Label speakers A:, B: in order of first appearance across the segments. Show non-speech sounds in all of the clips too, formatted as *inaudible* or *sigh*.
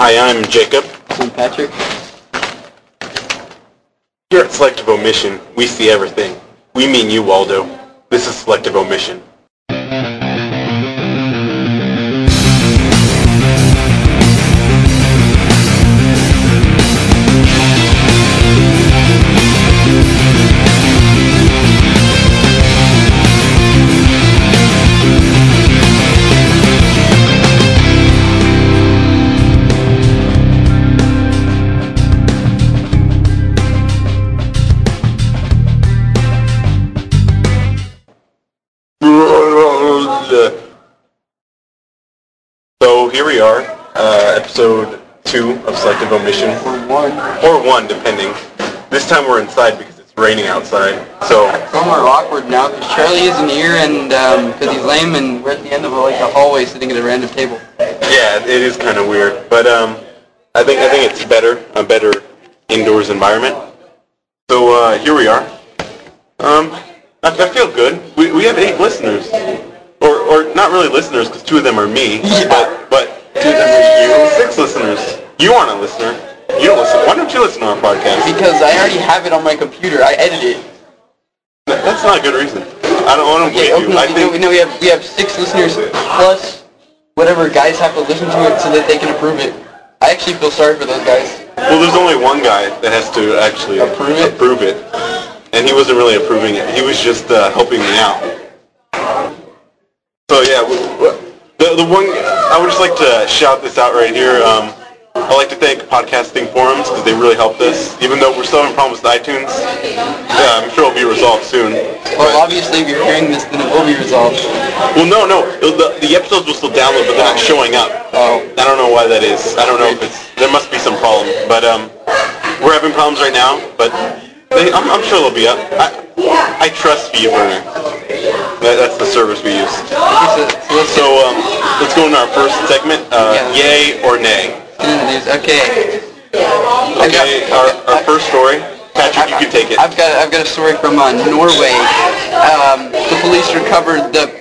A: Hi, I'm Jacob.
B: St. Patrick.
A: Here at Selective Omission, we see everything. We mean you, Waldo. This is Selective Omission. So here we are, uh, episode two of Selective Omission,
B: Or one.
A: or one, depending. This time we're inside because it's raining outside. So
B: Some are awkward now because Charlie isn't here and because he's lame and we're at the end of like a hallway sitting at a random table.
A: yeah, it is kind of weird, but um, I think I think it's better a better indoors environment. So uh, here we are. Um, I, I feel good. We, we have eight listeners, or or not really listeners because two of them are me, but but two of them are you. Six listeners. You aren't a listener. You don't listen. Why don't you listen to our podcast?
B: Because I already have it on my computer. I edit it.
A: That's not a good reason. I don't want to
B: Okay,
A: blame
B: open
A: you. I
B: up. We
A: think
B: know we have we have six listeners plus whatever guys have to listen to it so that they can approve it. I actually feel sorry for those guys.
A: well, there's only one guy that has to actually
B: Approve it?
A: Approve it. And he wasn't really approving it. He was just uh, helping me out. So yeah, w- w- the the one I would just like to shout this out right here. Um, I'd like to thank podcasting forums because they really helped us. Even though we're still having problems with iTunes, yeah, I'm sure it'll be resolved soon.
B: Well, obviously, if you're hearing this, then it will be resolved.
A: Well, no, no, it'll- the, the episodes will still download, but they're not showing up.
B: Oh.
A: I don't know why that is. I don't know if it's there must be some problem, but um, we're having problems right now. But they, I'm, I'm sure they'll be up. I, I trust ViewBurner. That, that's the service we use.
B: Okay, so, so let's
A: So um, let's go into our first segment, uh,
B: Yeah.
A: yay or nay.
B: get into the news. Okay. I've got-
A: Okay, our, our first story. Patrick, you can take it.
B: I've got I've got a story from uh, Norway. Um, the police recovered the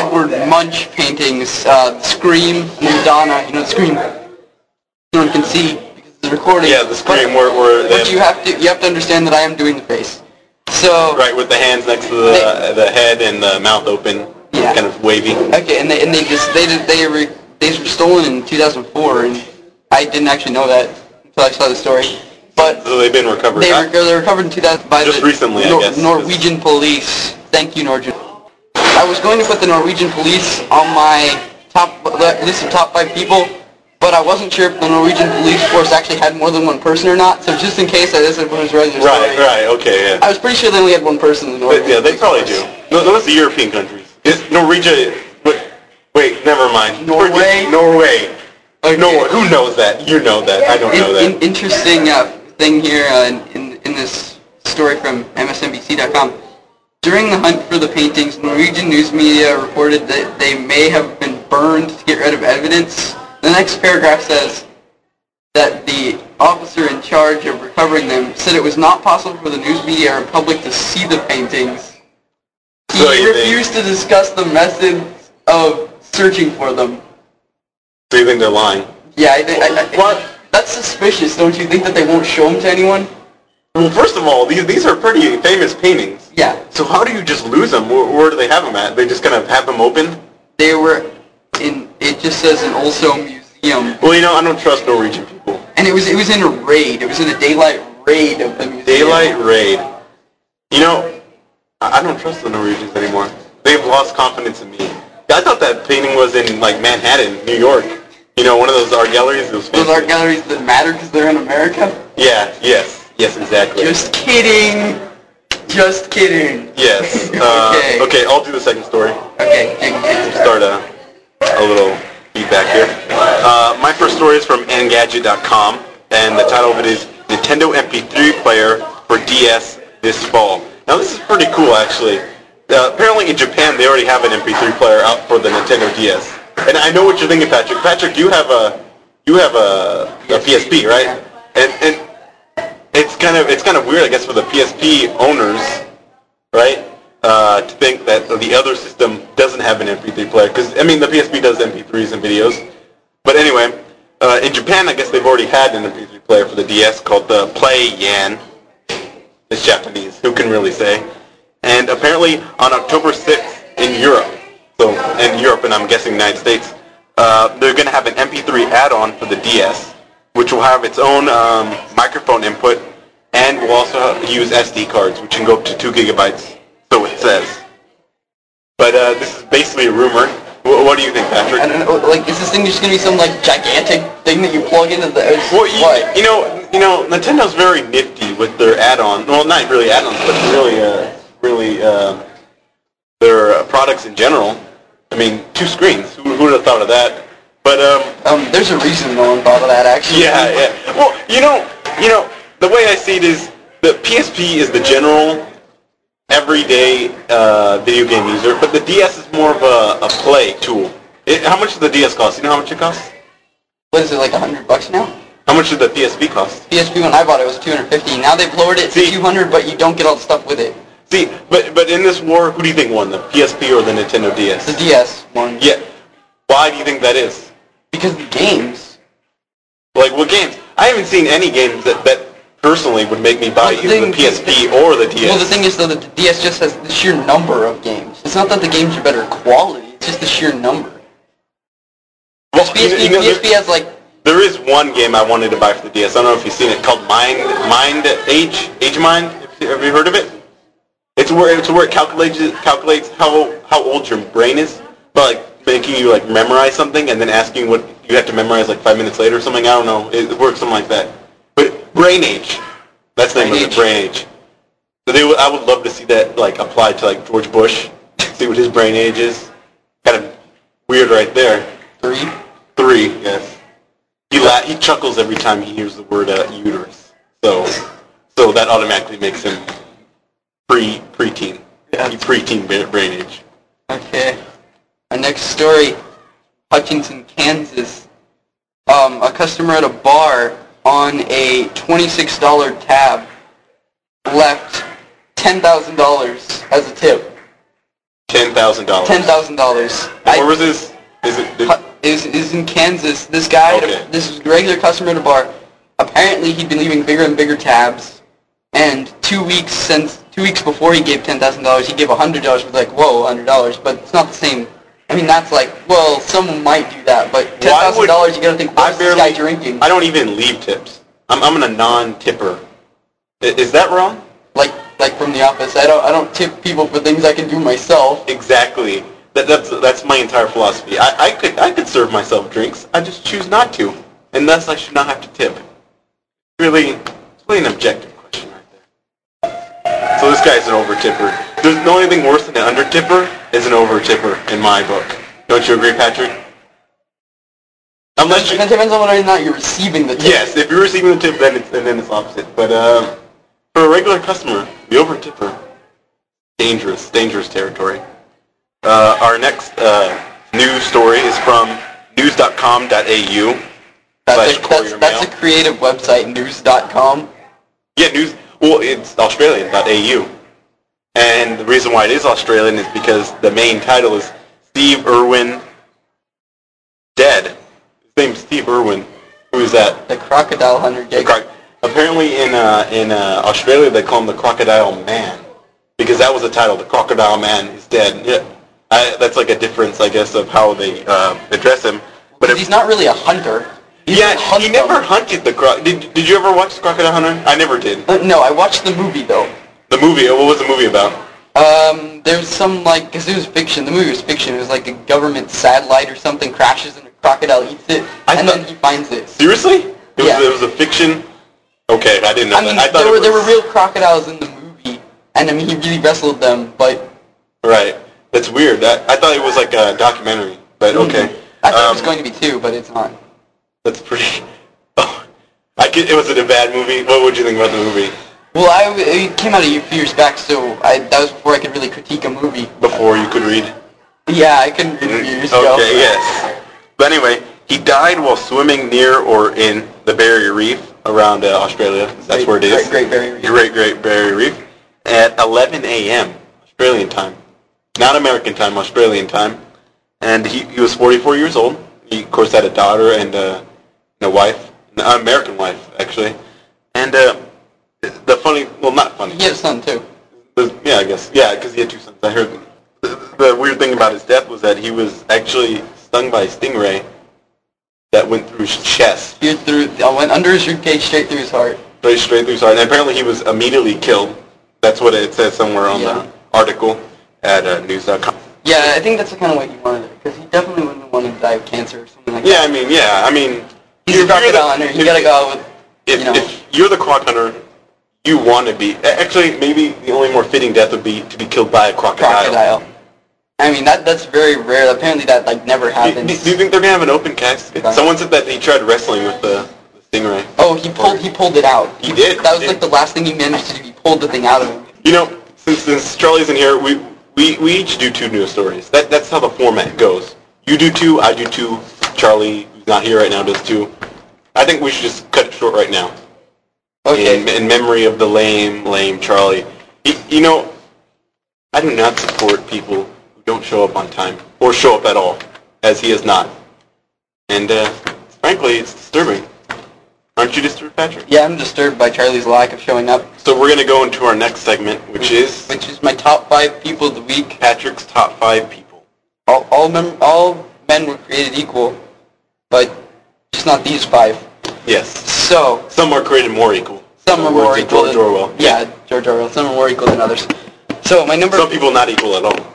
B: Edward Munch paintings, uh, Scream, and Donna. You know, Scream. No one can see because of the recording.
A: Yeah, the screen
B: But-
A: where, where they
B: But you have to you have to understand that I am doing the face. So
A: right with the hands next to the the head and the mouth open,
B: Yeah.
A: kind of wavy.
B: okay, and they and they just they did they were these were stolen in 2004, and I didn't actually know that until I saw the story. But
A: So Oh, they've been recovered.
B: They
A: I-
B: were, they were covered in 2000 by
A: Just
B: the
A: recently, I
B: Nor-
A: guess.
B: Norwegian police. Thank you, Norwegian. I was going to put the Norwegian police on my top le- list of top five people, but I wasn't sure if the Norwegian police force actually had more than one person or not. So just in case, I this is what was writing the
A: Right,
B: story.
A: right, okay, yeah.
B: I was pretty sure they only had one person in the
A: But,
B: Norwegian.
A: yeah, they
B: police
A: probably
B: force.
A: do. No, no, that's the European countries. It's Norwegia, but, wait, never mind.
B: Norway?
A: Norway.
B: Okay.
A: Norway. Who knows that? You know that. I don't know
B: In,
A: that.
B: in, interesting uh, thing here uh, in, in, in this story from MSNBC.com. During the hunt for the paintings, Norwegian news media reported that they may have been burned to get rid of evidence. The next paragraph says that the officer in charge of recovering them said it was not possible for the news media or public to see the paintings. He
A: So you think-
B: refused to discuss the methods of searching for them.
A: So you think they're lying?
B: Yeah, I think. I, I,
A: What?
B: That's suspicious, don't you think? That they won't show them to anyone?
A: Well, first of all, these, these are pretty famous paintings.
B: Yeah,
A: So how do you just lose them? Where, where do they have them at? They just kind of have them open?
B: they were in. It just says an Olso museum,
A: Well, you know, I don't trust Norwegian people.
B: and it was it was in a raid. It was in a daylight raid of the museum.
A: Daylight raid. You know, I I don't trust the Norwegians anymore. They've lost confidence in me. I thought that painting was in like Manhattan, New York. You know, one of those art galleries. Those
B: Those
A: fancy-
B: art galleries that matter because they're in America.
A: Yeah. Yes. Yes. Exactly.
B: Just kidding. Just kidding.
A: yes. Uh,
B: *laughs* Okay.
A: Okay. I'll do the second story.
B: Okay. thank you.
A: Start a, a little feedback here. Uh, my first story is from Engadget.com, and the title of it is Nintendo MP3 Player for DS This Fall. Now this is pretty cool, actually. Uh, apparently in Japan they already have an MP3 player out for the Nintendo DS. And I know what you're thinking, Patrick. Patrick, you have a you have a, a PSP, right? And, and it's kind of it's kind of weird, I guess, for the PSP owners right? Uh, to think that the other system doesn't have an MP3 player because I mean the PSP does MP3s and videos, but anyway, Uh, in Japan, I guess they've already had an MP3 player for the DS called the Play Yan. It's Japanese. Who can really say? And apparently, on October 6th in Europe, so in Europe and I'm guessing United States, uh, they're going to have an MP3 add-on for the DS, which will have its own um, microphone input and will also use SD cards, which can go up to two gigabytes. So it says. But uh, this is basically a rumor. Wh- what do you think, Patrick?
B: I don't know. Like, is this thing just gonna be some like gigantic thing that you plug into the? it's-
A: Well, you,
B: what?
A: you know, you know, Nintendo's very nifty with their add-on. Well, not really add-ons, but really, uh, really uh, their uh, products in general. I mean, two screens. Who, who would have thought of that? But um,
B: Um, there's a reason no one thought of that actually.
A: yeah, yeah. Well, you know, you know, the way I see it is the PSP is the general, everyday uh, video game user, but the DS is more of a, a play tool. It, how much does the DS cost? You know how much it costs?
B: What is it like hundred bucks now?
A: How much did the PSP cost?
B: PSP when I bought it was 250. Now they've lowered it to
A: See-
B: 200, but you don't get all the stuff with it.
A: See, but but in this war, who do you think won, the PSP or the Nintendo
B: The
A: DS?
B: DS one.
A: Yeah. Why do you think that is?
B: Because the games.
A: Like, what games? I haven't seen any games that, that personally would make me buy
B: Well, the
A: either
B: thing-
A: the PSP or the DS.
B: Well, the thing is though that the DS just has the sheer number of games. It's not that the games are better quality. It's just the sheer number.
A: Well, you know-
B: PSP,
A: you know, there-
B: PSP has like
A: There is one game I wanted to buy for the DS. I don't know if you've seen it, called Mind Mind Age Age Mind. Have you heard of it? It's where it's where it calculates calculates how how old your brain is, but like making you like memorize something and then asking what you have to memorize like five minutes later or something. I don't know. It works something like that. But Brain Age, that's the name
B: Brain
A: of
B: Age.
A: it. Brain Age. So they would, I would love to see that like applied to like George Bush. *laughs* See what his brain age is. Kind of weird, right there.
B: three.
A: Three, yes. He la- he chuckles every time he hears the word uh, uterus. So so that automatically makes him pre preteen.
B: Yeah.
A: He preteen ba- brain age.
B: Okay. Our next story, Hutchinson, Kansas. Um, a customer at a bar on a $26 tab left $10,000 as a tip.
A: Ten thousand dollars.
B: $10,000.
A: Where
B: I-
A: was this? Is it? did-
B: Hu- Is, is in Kansas. This guy, had a-
A: Okay.
B: this is a regular customer at a bar. Apparently, he'd been leaving bigger and bigger tabs. And two weeks since, two weeks before he gave ten thousand dollars, he gave hundred dollars. Was like, whoa, hundred dollars. But it's not the same. I mean, that's like, well, someone might do that, but ten
A: Why
B: thousand
A: would-
B: dollars, you gotta think, what's this guy drinking?
A: I don't even leave tips. I'm I'm a non-tipper. I- is that wrong?
B: like, like from the office, I don't, I don't tip people for things I can do myself.
A: Exactly. That, that's that's my entire philosophy. I, I could I could serve myself drinks. I just choose not to, and thus I should not have to tip. Really, it's really an objective question right there. So this guy's an over tipper. There's the only thing worse than an under tipper is an over tipper in my book. Don't you agree, Patrick? Unless you,
B: It depends on whether or not you're receiving the tip.
A: yes, if you're receiving the tip, then it's and then it's opposite. But uh, for a regular customer, the over tipper, dangerous, dangerous territory. Uh, our next uh, news story is from news.com.au.
B: that's,
A: slash
B: a,
A: courier
B: that's, that's a
A: mail.
B: creative website, news.com.
A: Yeah, news. Well, it's Australian.au. And the reason why it is Australian is because the main title is Steve Irwin Dead. His name's Steve Irwin. Who is that?
B: The crocodile hunter
A: The
B: gig.
A: croc- apparently in uh, in uh, Australia they call him the Crocodile Man because that was the title. The Crocodile Man is dead. Yeah, I, that's like a difference, I guess, of how they uh, address him. But
B: But
A: if,
B: he's not really a hunter. He
A: yeah,
B: doesn't hunt
A: he never
B: them.
A: hunted the croc. Did, did you ever watch the Crocodile Hunter? I never did.
B: Uh, no, I watched the movie though.
A: The movie. What was the movie about?
B: Um, there's some like because it was fiction. The movie was fiction. It was like a government satellite or something crashes and a crocodile eats it,
A: I
B: and
A: thought-
B: then he finds it.
A: Seriously? It was,
B: Yeah.
A: it was a fiction. Okay, I didn't know
B: I mean,
A: that. I thought
B: there
A: it
B: were
A: was,
B: there were real crocodiles in the movie, and I mean he really wrestled them, but
A: Right. That's weird. I, I thought it was like a documentary, but okay.
B: Mm-hmm. I thought it was
A: Um,
B: going to be two, but it's not.
A: That's pretty. *laughs* Oh, I could, it was it a bad movie? What would you think about the movie
B: Well, I it came out a few years back, so I, that was before I could really critique a movie.
A: before you could read?
B: Yeah, I couldn't read it years ago.
A: Okay, yes. But anyway, he died while swimming near or in the Barrier Reef around uh, Australia. That's
B: Great-
A: where it is.
B: Great- Great Barrier Reef.
A: Great Great Barrier Reef at 11 a.m. Australian time, not American time, Australian time. And he, he was 44 years old. He of course had a daughter and uh, and a wife, an American wife actually, and uh, the funny, well, not funny.
B: He had a son too.
A: The- yeah, I guess. Yeah, because he had two sons. I heard. The, the weird thing about his death was that he was actually stung by a stingray that went through his chest,
B: Speared through, I went under his ribcage, straight through his heart.
A: straight straight through his heart. And apparently, he was immediately killed. That's what it says somewhere on
B: Yeah.
A: the article at uh, news.com.
B: Yeah, I think that's the kind of way he wanted it, because he definitely wouldn't have wanted to die of cancer or something like
A: Yeah,
B: that.
A: I mean, yeah, I mean,
B: He's a
A: the-
B: crocodile hunter. You gotta go out with,
A: If,
B: you know.
A: if you're the croc hunter, you want to be. a- Actually, maybe the only more fitting death would be to be killed by a crocodile.
B: crocodile. I mean, that that's very rare. Apparently, that like never
A: Do, do-
B: happens.
A: do you think they're gonna have an open casket?
B: Right.
A: Someone said that he tried wrestling with the, the stingray.
B: oh, he pulled he pulled it out.
A: He did.
B: That was
A: He
B: like
A: did.
B: the last thing he managed to do. He pulled the thing out of him.
A: You know, since, since Charlie's in here, we, we, we each do two news stories. That, that's how the format goes. You do two, I do two. Charlie, who's not here right now, does two. I think we should just cut it short right now.
B: Okay.
A: In, in memory of the lame, lame Charlie. Y- you know, I do not support people who don't show up on time or show up at all, as he is not. And uh, frankly, it's disturbing. Aren't you disturbed, Patrick?
B: Yeah, I'm disturbed by Charlie's lack of showing up,
A: So we're going to go into our next segment, which is
B: which is my top five people of the week.
A: Patrick's top five people.
B: All all, mem- all men were created equal, but just not these five.
A: Yes.
B: So
A: Some are created more equal.
B: some are
A: In the words
B: more
A: of
B: equal.
A: George
B: than,
A: Orwell.
B: Yeah, George Orwell. Some are more equal than others. So my number.
A: Some people not equal at all.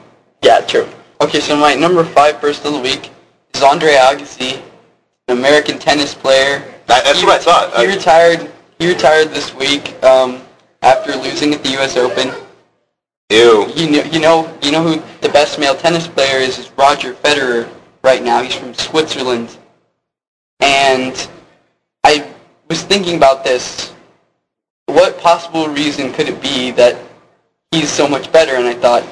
B: Yeah, true. Okay, so my number five person of the week is Andre Agassi, an American tennis player.
A: That- that's
B: He
A: what I
B: reti-
A: thought.
B: He
A: I-
B: retired. He retired this week um, after losing at the U.S. Open.
A: Ew.
B: You know, you know, you know who the best male tennis player is? Is Roger Federer right now? He's from Switzerland, and I was thinking about this. What possible reason could it be that he's so much better? And I thought,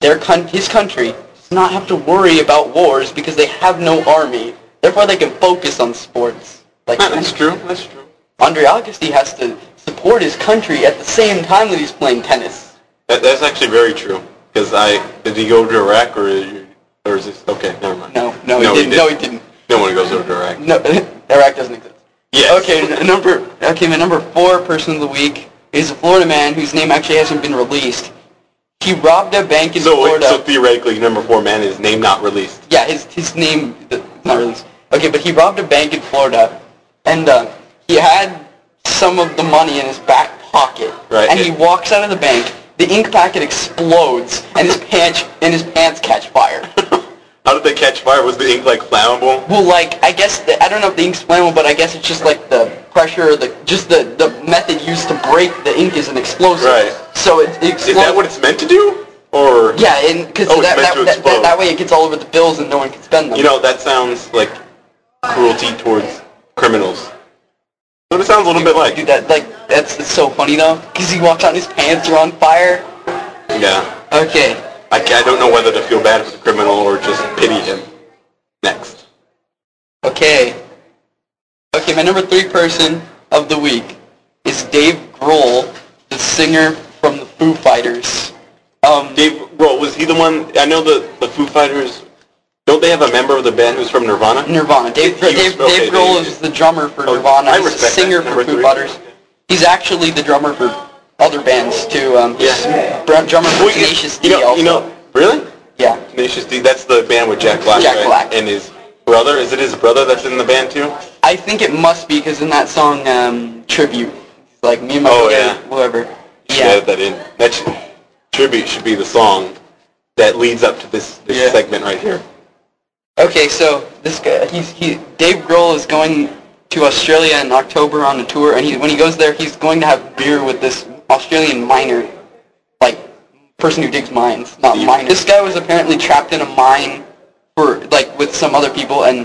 B: their coun- his country does not have to worry about wars because they have no army. Therefore, they can focus on sports. Like
A: Ah, That's true. That's true.
B: Andre Agassi has to support his country at the same time that he's playing tennis.
A: That, that's actually very true. Because I did he go to Iraq or you- or is this okay? Never mind.
B: No, no, he didn't. No, he didn't.
A: No one goes over to Iraq.
B: No, *laughs* Iraq doesn't exist.
A: Yes.
B: Okay, n- number. Okay, my number four person of the week is a Florida man whose name actually hasn't been released. He robbed a bank in
A: So wait,
B: Florida.
A: so theoretically, number four man is name not released.
B: yeah, his his name th- not released. Okay, but he robbed a bank in Florida, and uh, he had some of the money in his back pocket.
A: Right.
B: And he walks out of the bank. The ink packet explodes, and his *laughs* pants and his pants catch fire.
A: How did they catch fire? Was the ink like flammable?
B: Well, like I guess the, I don't know if the ink's flammable, but I guess it's just like the pressure, or the just the, the method used to break the ink is an explosive.
A: Right.
B: So it, it explodes.
A: Is that what it's meant to do? Or
B: yeah, and because
A: Oh, it's
B: that,
A: meant
B: that,
A: to
B: that, that,
A: explode.
B: that way it gets all over the bills and no one can spend them.
A: You know, that sounds like cruelty towards criminals. What it sounds a little bit like.
B: dude, that like that's it's so funny though, because he walks out, and his pants are on fire.
A: Yeah.
B: Okay,
A: I, ca- I don't know whether to feel bad for the criminal or just pity him. Next.
B: okay, okay. My number three person of the week is Dave Grohl, the singer from the Foo Fighters. Um,
A: Dave Grohl, was he the one? I know the, the Foo Fighters, don't they have a member of the band who's from Nirvana?
B: Nirvana. Dave,
A: He was-
B: Dave,
A: okay,
B: Dave Grohl
A: Dave-
B: is the drummer for
A: Oh,
B: Nirvana.
A: I
B: He's the
A: respect that.
B: singer for
A: Number
B: Foo
A: three.
B: Fighters. He's actually the drummer for other bands too. Um, he's
A: Yeah.
B: br- drummer for
A: Well, you-
B: Tenacious D.
A: you know,
B: also.
A: you know, really?
B: yeah.
A: Tenacious D, that's the band with Jack Black,
B: Jack
A: right?
B: Black.
A: And his brother, is it his brother that's in the band too?
B: I think it must be because in that song um, tribute, he's like me and my
A: Oh,
B: brother,
A: yeah.
B: whoever.
A: should
B: Yeah.
A: add that in. That should, tribute should be the song that leads up to this, this
B: Yeah.
A: segment right here.
B: Okay, so this guy, he's he, Dave Grohl is going to Australia in October on a tour, and he, when he goes there, he's going to have beer with this Australian miner, like person who digs mines, not
A: Yeah.
B: miner. This guy was apparently trapped in a mine for like with some other people, and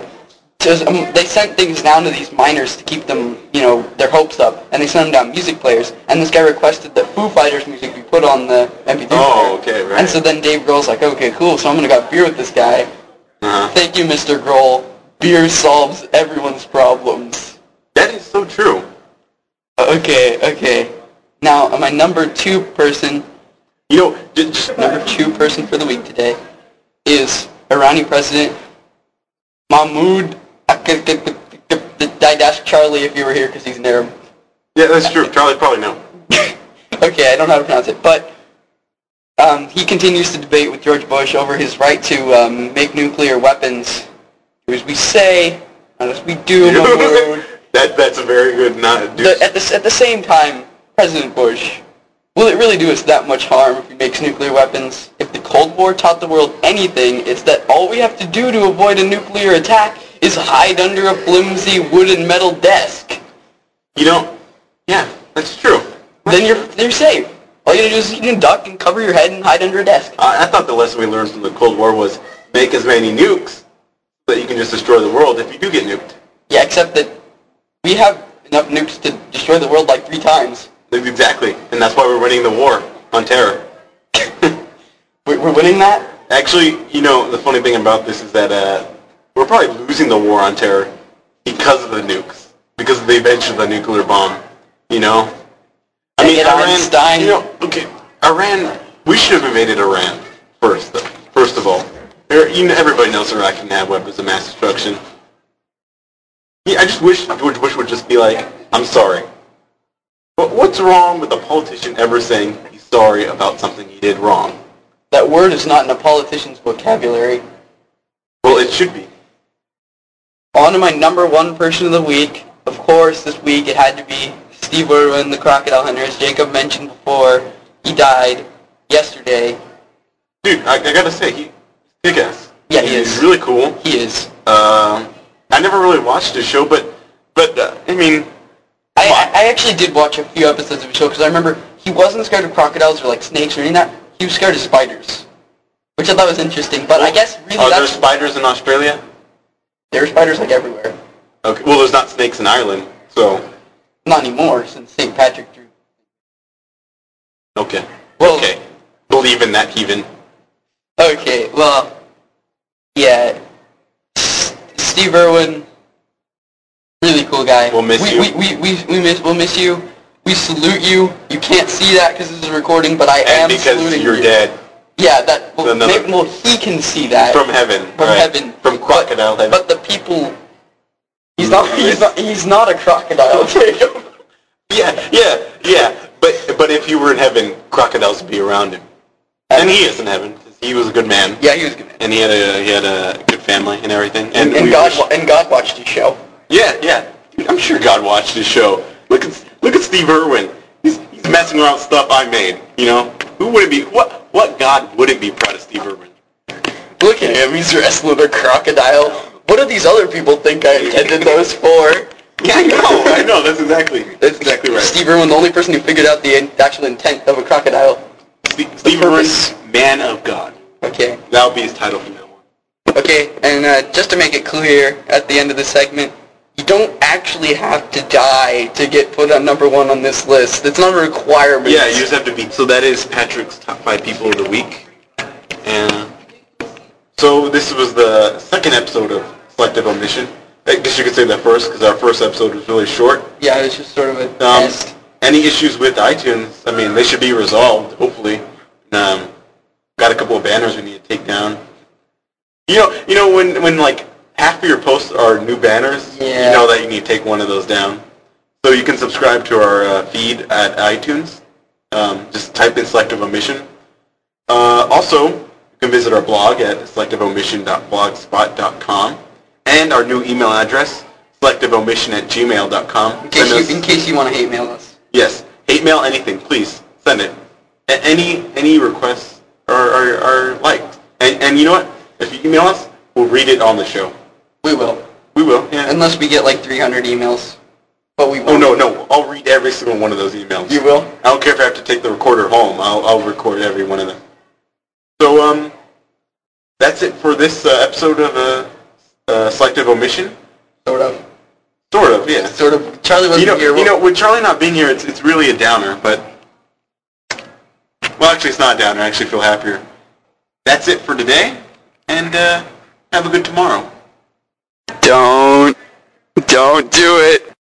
B: just, um, they sent things down to these miners to keep them, you know, their hopes up, and they sent them down music players, and this guy requested that Foo Fighters music be put on the MP3
A: Oh,
B: player.
A: okay, right.
B: And so then Dave Grohl's like, okay, cool, so I'm gonna go have beer with this guy.
A: Uh-huh.
B: Thank you, Mr. Grohl. Beer solves everyone's problems.
A: That is so true.
B: Okay, okay. Now, my number two person,
A: You know, j- j-
B: number two person for the week today is Irani President Mahmoud Ahmadinejad. asked Charlie if you were here because he's an Arab.
A: Yeah, that's true. Charlie probably knew.
B: okay, I don't know how to pronounce it, but um, he continues to debate with George Bush over his right to um, make nuclear weapons. Do as we say, not as we
A: *laughs*
B: do. my lord.
A: that that's a very good not.
B: The- at, the, s- at the same time, President Bush, will it really do us that much harm if he makes nuclear weapons? If the Cold War taught the world anything, it's that all we have to do to avoid a nuclear attack is hide under a flimsy wooden metal desk.
A: You know, yeah, that's true.
B: Then you're, you're safe. All you gotta do is you can duck and cover your head and hide under a desk.
A: I, I thought the lesson we learned from the Cold War was make as many nukes so that you can just destroy the world if you do get nuked.
B: Yeah, except that we have enough nukes to destroy the world like three times.
A: Exactly, and that's why we're winning the war on terror.
B: We're, we're winning that?
A: Actually, you know, the funny thing about this is that uh, we're probably losing the war on terror because of the nukes, because of the invention of the nuclear bomb. You know, I
B: Dang it, Einstein.
A: You know, okay, Iran. We should have invaded Iran first, though. First of all, Er, you know, everybody knows Iraq can have weapons of mass destruction. Yeah, I just wish George Bush would just be like, "I'm sorry." But what's wrong with a politician ever saying he's sorry about something he did wrong?
B: That word is not in a politician's vocabulary.
A: Well, it should be.
B: On to my number one person of the week. Of course, this week it had to be Steve Irwin, the crocodile hunter. As Jacob mentioned before, he died yesterday.
A: Dude, I, I gotta say, he kick ass.
B: Yeah, he
A: he's
B: is.
A: really cool.
B: He is.
A: Um, I never really watched his show, but but uh, I mean,
B: I, I I actually did watch a few episodes of his show because I remember he wasn't scared of crocodiles or like snakes or anything like that. He was scared of spiders, which I thought was interesting.
A: Oh.
B: But I guess really
A: are there
B: that's,
A: spiders in Australia?
B: there are spiders like everywhere.
A: Okay, well, there's not snakes in Ireland, so
B: Not anymore since St. Patrick drew.
A: okay,
B: Well-
A: okay, believe in that heathen.
B: Okay, well, yeah, S- Steve Irwin, really cool guy.
A: We'll miss
B: we,
A: you.
B: We, we, we, we miss, we'll miss you. We salute you. You can't see that because this is a recording, but I
A: And
B: am
A: because
B: saluting
A: you're
B: you.
A: dead
B: Yeah, that, well,
A: Another-
B: maybe, well he can see that.
A: from heaven,
B: From
A: right?
B: heaven.
A: from crocodile heaven.
B: But the people, he's not, he's not, he's not a crocodile, Jacob.
A: *laughs* yeah, yeah, yeah. But but if you were in heaven, crocodiles would be around him, and he is in heaven. 'cause He was a good man,
B: *laughs* Yeah, he was good.
A: and he had a he had a good family and everything. And,
B: And, and
A: we
B: God,
A: wish-
B: wa- and God watched his show.
A: Yeah, yeah. Dude, I'm sure God watched his show. Look at look at Steve Irwin. He's, he's messing around with stuff I made. You know, who wouldn't be? What what God wouldn't be proud of Steve Irwin?
B: Look at him, he's wrestling a crocodile. What do these other people think I intended those for?
A: Yeah, I know. *laughs* I know. That's exactly. That's exactly right. Steve,
B: Steve Irwin, the only person who figured out the in- actual intent of a crocodile.
A: Steve, Steve
B: purpose.
A: Irwin, man of God.
B: Okay.
A: That'll be his title from now on.
B: Okay, and uh, just to make it clear, at the end of the segment, you don't actually have to die to get put on number one on this list. It's not a requirement.
A: Yeah, you just have to be. So that is Patrick's top five people of the week, and so this was the second episode of Selective Omission. I guess you could say that first because our first episode was really short.
B: Yeah, it's just sort of a
A: Um,
B: test.
A: any issues with iTunes? I mean, they should be resolved, hopefully. Um, got a couple of banners we need to take down. You know, you know when when like half of your posts are new banners,
B: Yeah.
A: you know that you need to take one of those down. So you can subscribe to our uh, feed at iTunes. Um, just type in selective omission. Uh, also, you can visit our blog at selectiveomission.blogspot.com and our new email address, selectiveomission at gmail.com.
B: In case, you, in case you want to hate mail us.
A: Yes. Hate mail, anything, please send it. A- any any requests are, are, are liked. And, and you know what? If you email us, we'll read it on the show.
B: We will.
A: We will. Yeah.
B: Unless we get like 300 emails. But we
A: oh
B: won't.
A: no no! I'll read every single one of those emails.
B: You will?
A: I don't care if I have to take the recorder home. I'll I'll record every one of them. So um, that's it for this uh, episode of uh, uh, selective omission.
B: Sort of.
A: Sort of, yeah.
B: Sort of. Charlie wasn't
A: You know,
B: here.
A: you know, with Charlie not being here, it's, it's really a downer, but... Well, actually, it's not a downer. I actually feel happier. That's it for today, and uh, have a good tomorrow.
B: Don't. Don't do it.